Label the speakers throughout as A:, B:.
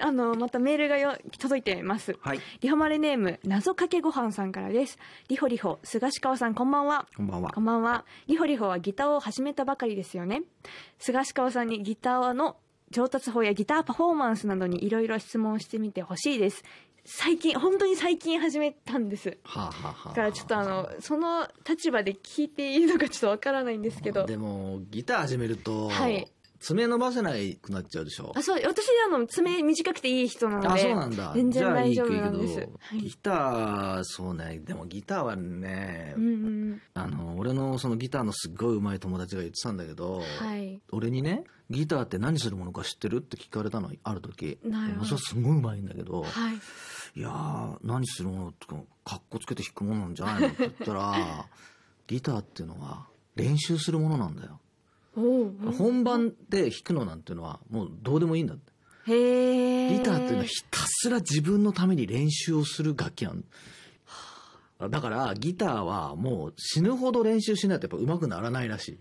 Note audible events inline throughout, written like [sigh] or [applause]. A: あの、またメールがよ届いてます。
B: はい。
A: リホマルネーム、謎かけご飯さんからです。リホリホ、菅氏川さん、こんばんは。
B: こんばんは
A: こ。んばんは。リホリホはギターを始めたばかりですよね。菅氏川さんにギターの上達法やギターパフォーマンスなどにいろいろ質問してみてほしいです。最近、本当に最近始めたんです。
B: はあ、はあはあ、
A: だからちょっとあの、その立場で聞いていいのかちょっとわからないんですけど。
B: でも、ギター始めると、
A: はい
B: 爪伸ばせないくなっちゃうでしょ
A: あ、。そう、私あの、爪短くていい人なので。
B: あ、そうなんだ。
A: 全然
B: じゃあい
A: 大
B: い
A: 丈夫
B: けど
A: なんです。はい
B: ギター、そうね。でもギターはね、
A: うんうん
B: あの、俺のそのギターのすっごい上手い友達が言ってたんだけど、
A: うん。はい。
B: 俺にね、ギターって何するものか知ってるって聞かれたの、ある時。
A: なるほど
B: それはすごい上手いんだけど、
A: はい。
B: いやー、何するものとか、かっこつけて弾くものなんじゃないのって言っ
A: [laughs]
B: たら、ギターっていうのは練習するものなんだよ。
A: おお。
B: 本番で弾くのなんていうのはもうどうでもいいんだって。
A: へえ。
B: ギターっていうのはひたすら自分のために練習をする楽器なんだ。だからギターはもう死ぬほど練習しないとやっぱ上手くならないらし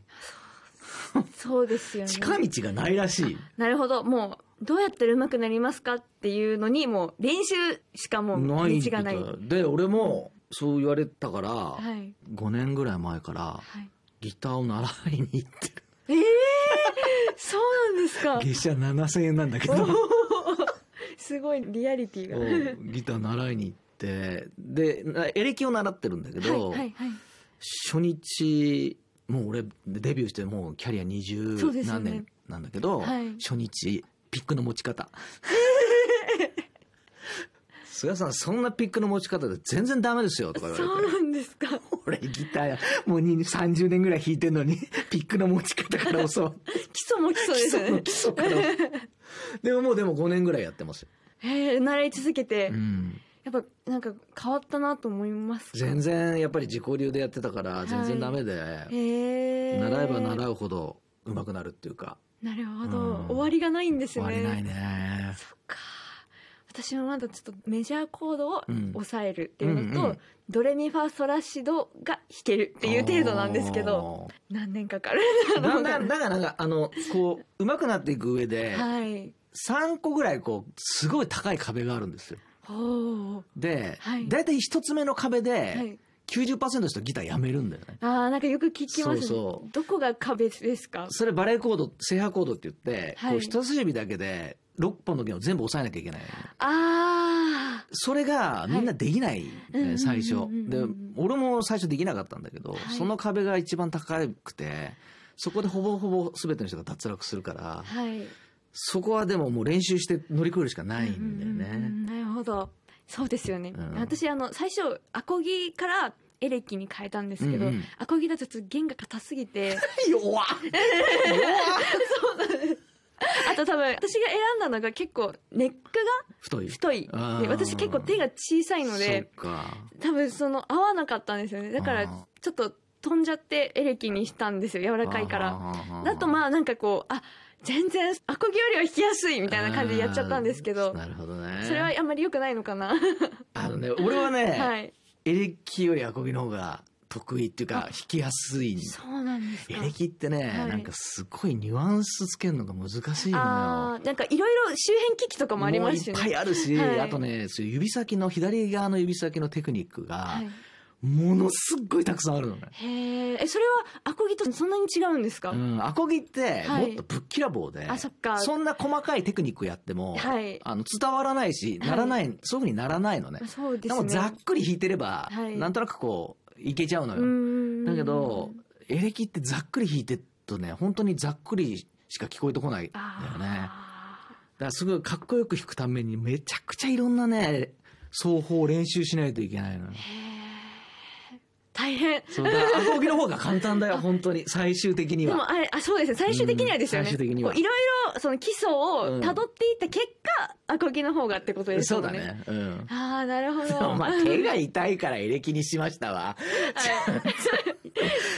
A: そうですよ
B: い。
A: ね。
B: 近道がないらしい。
A: なるほど。もう、どうやったら上手くなりますかっていうのに、もう、練習しかもう、道
B: ない
A: がない。
B: み
A: は
B: たいで、俺もそう言われたから、
A: い。
B: 5年ぐらい前から
A: はい。
B: ギターを習いに行ってる。
A: ええー、そうなんです
B: [laughs]
A: か。
B: 月謝7000円なんだけど。
A: すごい、リアリティが。
B: うん [laughs] ギター習いに行って、で、なエレキを習ってるんだけど、
A: はい、はい、はい。
B: 初日、もう俺デビューしてもうキャリア二十
A: そうですよ
B: 何
A: ね
B: 年なんだけど、
A: はい
B: 初日、ピックの持ち
A: [laughs]
B: 方。菅さん、そんなピックの持ち方で全然ダメですよとか言わ
A: そう
B: れて。
A: なんですか。
B: 俺ギターや、もうに30年ぐらい弾いてんのに、ピックの持ち方から教わって。
A: 基礎も基礎
B: 基
A: です
B: 礎の
A: ね
B: 基。礎から。でももうでも5年ぐらいやってますよ。
A: へえ、習い続けて
B: う、ん
A: やっぱ、なんか、変わったなと思いますか
B: 全。然やっぱり自己流でやってたか
A: い
B: ら全然ダメで、
A: へえ。
B: 習えば
A: う。
B: 習うほど上手くなるっていうか
A: なるほ
B: う
A: ど。
B: ん
A: 終わりがないんです
B: 終
A: よ
B: わ
A: ね。
B: りないね
A: そっか。私もまだちょっとメジャーコードを
B: うん
A: 抑えるっていうのと、
B: うんうん
A: ドレミファソラシドが弾けるっていう程度なんですけど、何年かかる
B: あーだんだんだからなんかあのこう上手くなっていく上で
A: はい。
B: 3個ぐらいこうすごい高い壁があるんですよ
A: おー
B: で
A: はい
B: 大体、一1つ目の壁
A: は
B: で
A: い。
B: 90%の人ギターやめるんだよね
A: ああ、なんかよく聞きますね。
B: そうそう
A: どこが壁ですか
B: それバレーコード正破コードって言って、
A: はい
B: こう人差し指だけで6本の弦を全部押さえなきゃいけないのね
A: あ
B: それがみんなできない、ね
A: うん
B: 最初
A: うんうん
B: で
A: うんうん
B: 俺も最初できなかったんだけど、
A: はい
B: その壁が一番高くてそこでほぼほぼ全ての人が脱落するから
A: あ、はい。
B: そこはでももう練習して乗り越えるしかないんだ
A: う
B: よ
A: うう
B: ね
A: んなるほど。そうですよね。
B: うん
A: 私、あの、最初、アコギからエレキに変えたんですけど、
B: うんうん
A: アコギだとちょっと弦が硬すぎて、
B: 弱っ
A: あと多分、私が選んだのが結構、ネックが
B: 太い
A: 太い。
B: あ
A: で
B: ー
A: 私結構手が小さいので、
B: そうか
A: 多分その合わなかったんですよね。だか
B: あ
A: ら、
B: ー
A: ちょっと飛んじゃってエレキにしたんですよ。柔らかいから。
B: ら
A: だと
B: あ
A: まあなんかこう、あ、全然アコギよりは弾きやすいみ
B: み
A: たいな感じでやっちゃったんですけど、
B: なるほどね
A: それはあんまり良くないのかな。
B: あのね俺はね、
A: はい。
B: エレキよりアコギの方が得意っていうか弾きやすいんだよ
A: そうなんです
B: エ
A: か。
B: レキってね、
A: はい
B: なんかすごいニュアンスつけるのが難しいのよ。
A: ああ、なんかいろいろ周辺機器とかもありますし
B: もういっぱ
A: ね。
B: いあるし、
A: はい
B: あとね、そういう指先の、左側の指先のテクニックが
A: は、い
B: ものすっごいたくさんあるのね。
A: へえ、えそれはアコギとそんなに違うんですか、
B: うん、アコギって、
A: は
B: も
A: い
B: っとぶっきらぼうで、
A: あ、そっか。
B: そんな細かいテクニックやっても、
A: はい
B: あの伝わらないし、
A: はい
B: ならない、そういうふうにならないのね。
A: あそうで
B: ですも
A: ね。
B: ざっくり弾いてれば、
A: はい
B: なんとなくこう、いけちゃうのよ。
A: うん
B: だけど、エレキってざっくり弾いてるとね、本当にざっくりしか聞こえてこないんだよね。
A: あ
B: だからすごいかっこよく弾くためにめちゃくちゃいろんなね、奏法を練習しないといけないのよ
A: ー。へえ大変。
B: そうだからアコギの方が簡
A: [laughs]
B: 単だよ、本当に。最終的に
A: で
B: は。
A: もあれ、あ、そうですね。最終的にはですよね。
B: うん最終的には
A: こういろいろ、その基礎
B: う
A: を
B: ん
A: 辿っていった結果、アコギの方がってことです
B: そ
A: よ
B: う
A: ね。
B: だ。ね。うん。
A: ああ、なるほ
B: でも
A: ど。
B: [laughs] まあ、手が痛いからエレキにしましたわ。
A: はい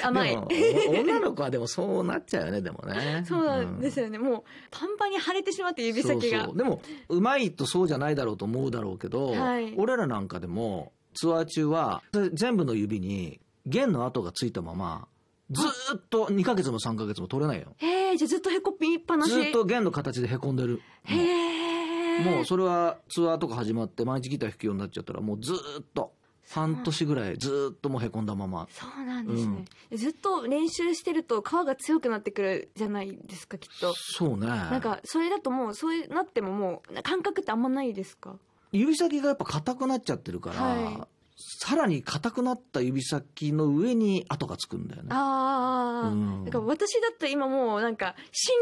A: 甘い
B: で。もお女の子はでもそうなっちゃうよね、でもね。
A: [laughs] そうなんです
B: よ。
A: よね。もう、パンパンに腫れてしまって指先が。
B: そうそうでも、うまいとそうじゃないだろうと思うだろうけど、
A: はい
B: 俺らなんかでも、ツアー中は、全部の指に弦の跡がついたまま、ずーっと2ヶ月も3ヶ月も取れないよ。
A: へえ、じゃあずっとへこみっぱなし。
B: ずっと弦の形でへこんでる。
A: へえ。ね
B: もうそれはツアーとか始まって毎日ギター弾くようになっちゃったらもうずーっと半年ぐらいずーっともうへこんだまま
A: そうなんですね、ずっと練習してると皮が強くなってくるじゃないですかきっと
B: そうね
A: なんかそれだともうそういうなってももう感覚ってあんまないですか
B: 指先がやっぱ硬くなっちゃってるから、
A: はい
B: さらに硬くなった指先の上に跡がつくんだよね
A: ああ、
B: うん
A: だから私だと今もうなんか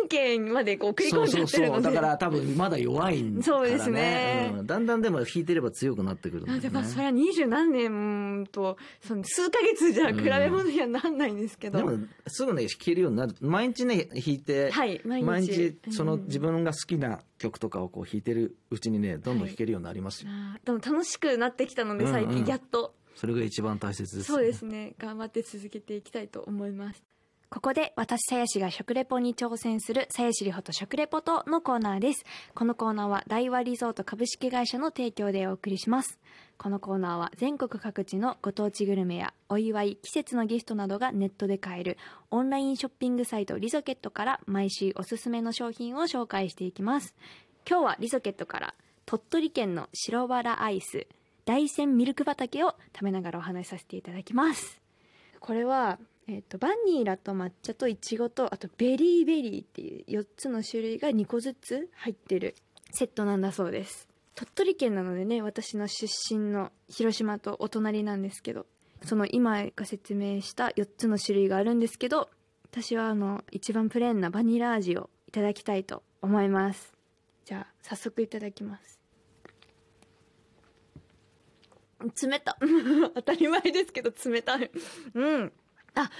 A: 神経までこう食い込んじゃってるので
B: そうそうそうだから多分まだ弱いんだから、ね、
A: そうですね
B: うんだんだんでも弾いてれば強くなってくるんだよ
A: で
B: ね
A: まあそれは二十何年とその数ヶ月じゃ比べ物にはなんないんですけど、
B: でもすぐね弾けるようになる毎日ね弾いて、
A: はい毎日
B: 毎日そ
A: う
B: の
A: ん
B: 自分が好きな曲とかをこう弾いてるうちにねどんど
A: はい
B: ん弾けるようになりますよ、
A: あーでも楽しくなってきたので
B: うんうん
A: 最近やっと、
B: それが一番大切ですね、
A: そうですね頑張って続けていきたいと思いますここで私さやしが食レポに挑戦するさやしりほと食レポとのコーナーですこのコーナーは大和リゾート株式会社の提供でお送りしますこのコーナーは全国各地のご当地グルメやお祝い季節のギフトなどがネットで買えるオンラインショッピングサイトリゾケットから毎週おすすめの商品を紹介していきます今日はリゾケットから鳥取県の白バラアイス大山ミルク畑を食べながらお話しさせていただきますこれは、えっとバニラと抹茶とイチゴとあとベリーベリーっていう4つの種類が2個ずつ入ってるセットなんだそうです鳥取県なのでね私の出身の広島とお隣なんですけどその今が説明した4つの種類があるんですけど私はあの一番プレーンなバニラ味をいただきたいと思いますじゃあ早速いただきます冷た [laughs] 当たり前ですけど冷たいうんあ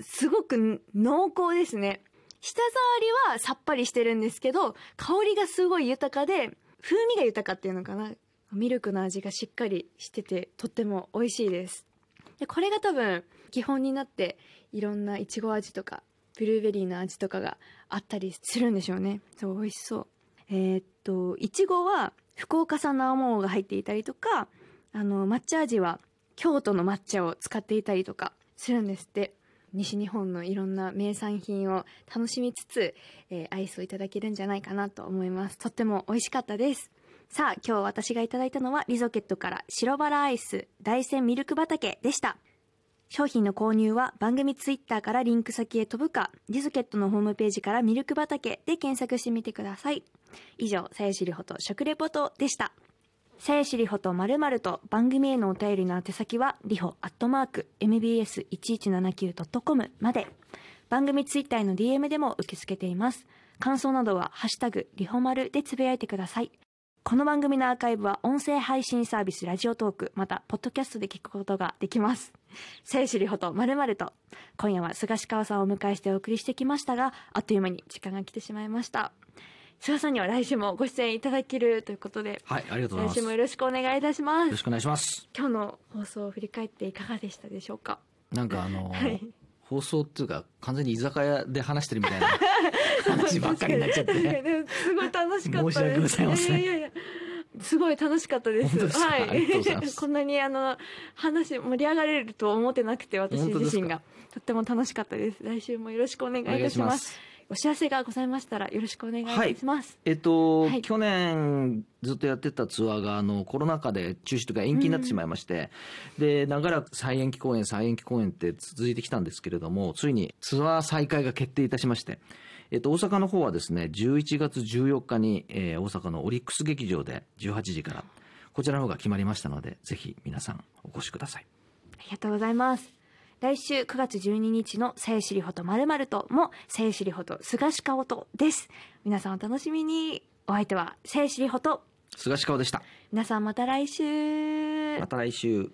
A: すごく濃厚ですね舌触りはさっぱりしてるんですけど香りがすごい豊かで風味が豊かっていうのかなミルクの味がしっかりしててとっても美味しいですでこれが多分基本になっていろんないちご味とかブルーベリーの味とかがあったりするんでしょうねそう美味しそうえーっといちごは福岡産の青桃が入っていたりとかあの抹茶味は京都の抹茶を使っていたりとかするんですって西日本のいろんな名産品を楽しみつつ、えーアイスをいただけるんじゃないかなと思いますとっても美味しかったですさあ今日私がいただいたのはリゾケットから白バラアイス大山ミルク畑でした商品の購入は番組ツイッターからリンク先へ飛ぶか、リゾケットのホームページからミルク畑で検索してみてください。以上、さやしりほと食レポとでした。さやしりほとまるまると番組へのお便りの宛先は、りほアットマーク mbs1179.com まで。番組ツイッターへの DM でも受け付けています。感想などは、ハッシュタグ、りほまるでつぶやいてください。この番組のアーカイブは音声配信サービスラジオトーク、また、ポッドキャストで聞くことができます。聖子里穂とまるまると今夜は菅氏川さんをお迎えしてお送りしてきましたがあっという間に時間が来てしまいました菅さんには来週もご出演いただけるということで
B: はいありがとうござい
A: 来
B: ます
A: 週もよ
B: よ
A: ろしくお願いいたしま
B: ろ
A: す
B: しくお願いします
A: 今日の放送を振り返っていかがでしたでしょうか
B: なんかあのー
A: はい
B: 放送っていうか完全に居酒屋で話してる
A: [laughs]
B: みたいな話ばっかりになっちゃって
A: 確かに [laughs]
B: ね
A: でもすごい楽しかったです
B: 申し訳ございません
A: いやいやいやすごい楽しかったです
B: 本当ですか
A: はい
B: ありがとうございま
A: [laughs]
B: す
A: こんなにあの話盛り上がれると思ってなくて私
B: 本当です
A: 自
B: か
A: 身がとっても楽しかったです来週もよろしくお願いいたしますお知らせがございましたらよろしくお願いいたします。
B: えっと、
A: はい
B: 去年ずっとやってたツアーがあのコロナ禍で中止というか延期になってしまいまして、で長らく再延期公演再延期公演って続いてきたんですけれどもついにツアー再開が決定いたしまして、えっと、大阪の方はですね11月14日に、えー大阪のオリックス劇場で18時からこちらの方が決まりましたのでぜひ皆さんお越しください。
A: ありがとうございます。来週9月12日のさゆしりほとまるまるともさゆしりほとすがしかおとです。皆さんお楽しみに。お相手はさゆしりほと。
B: 菅氏顔でした
A: 皆さんまた来週。
B: また来週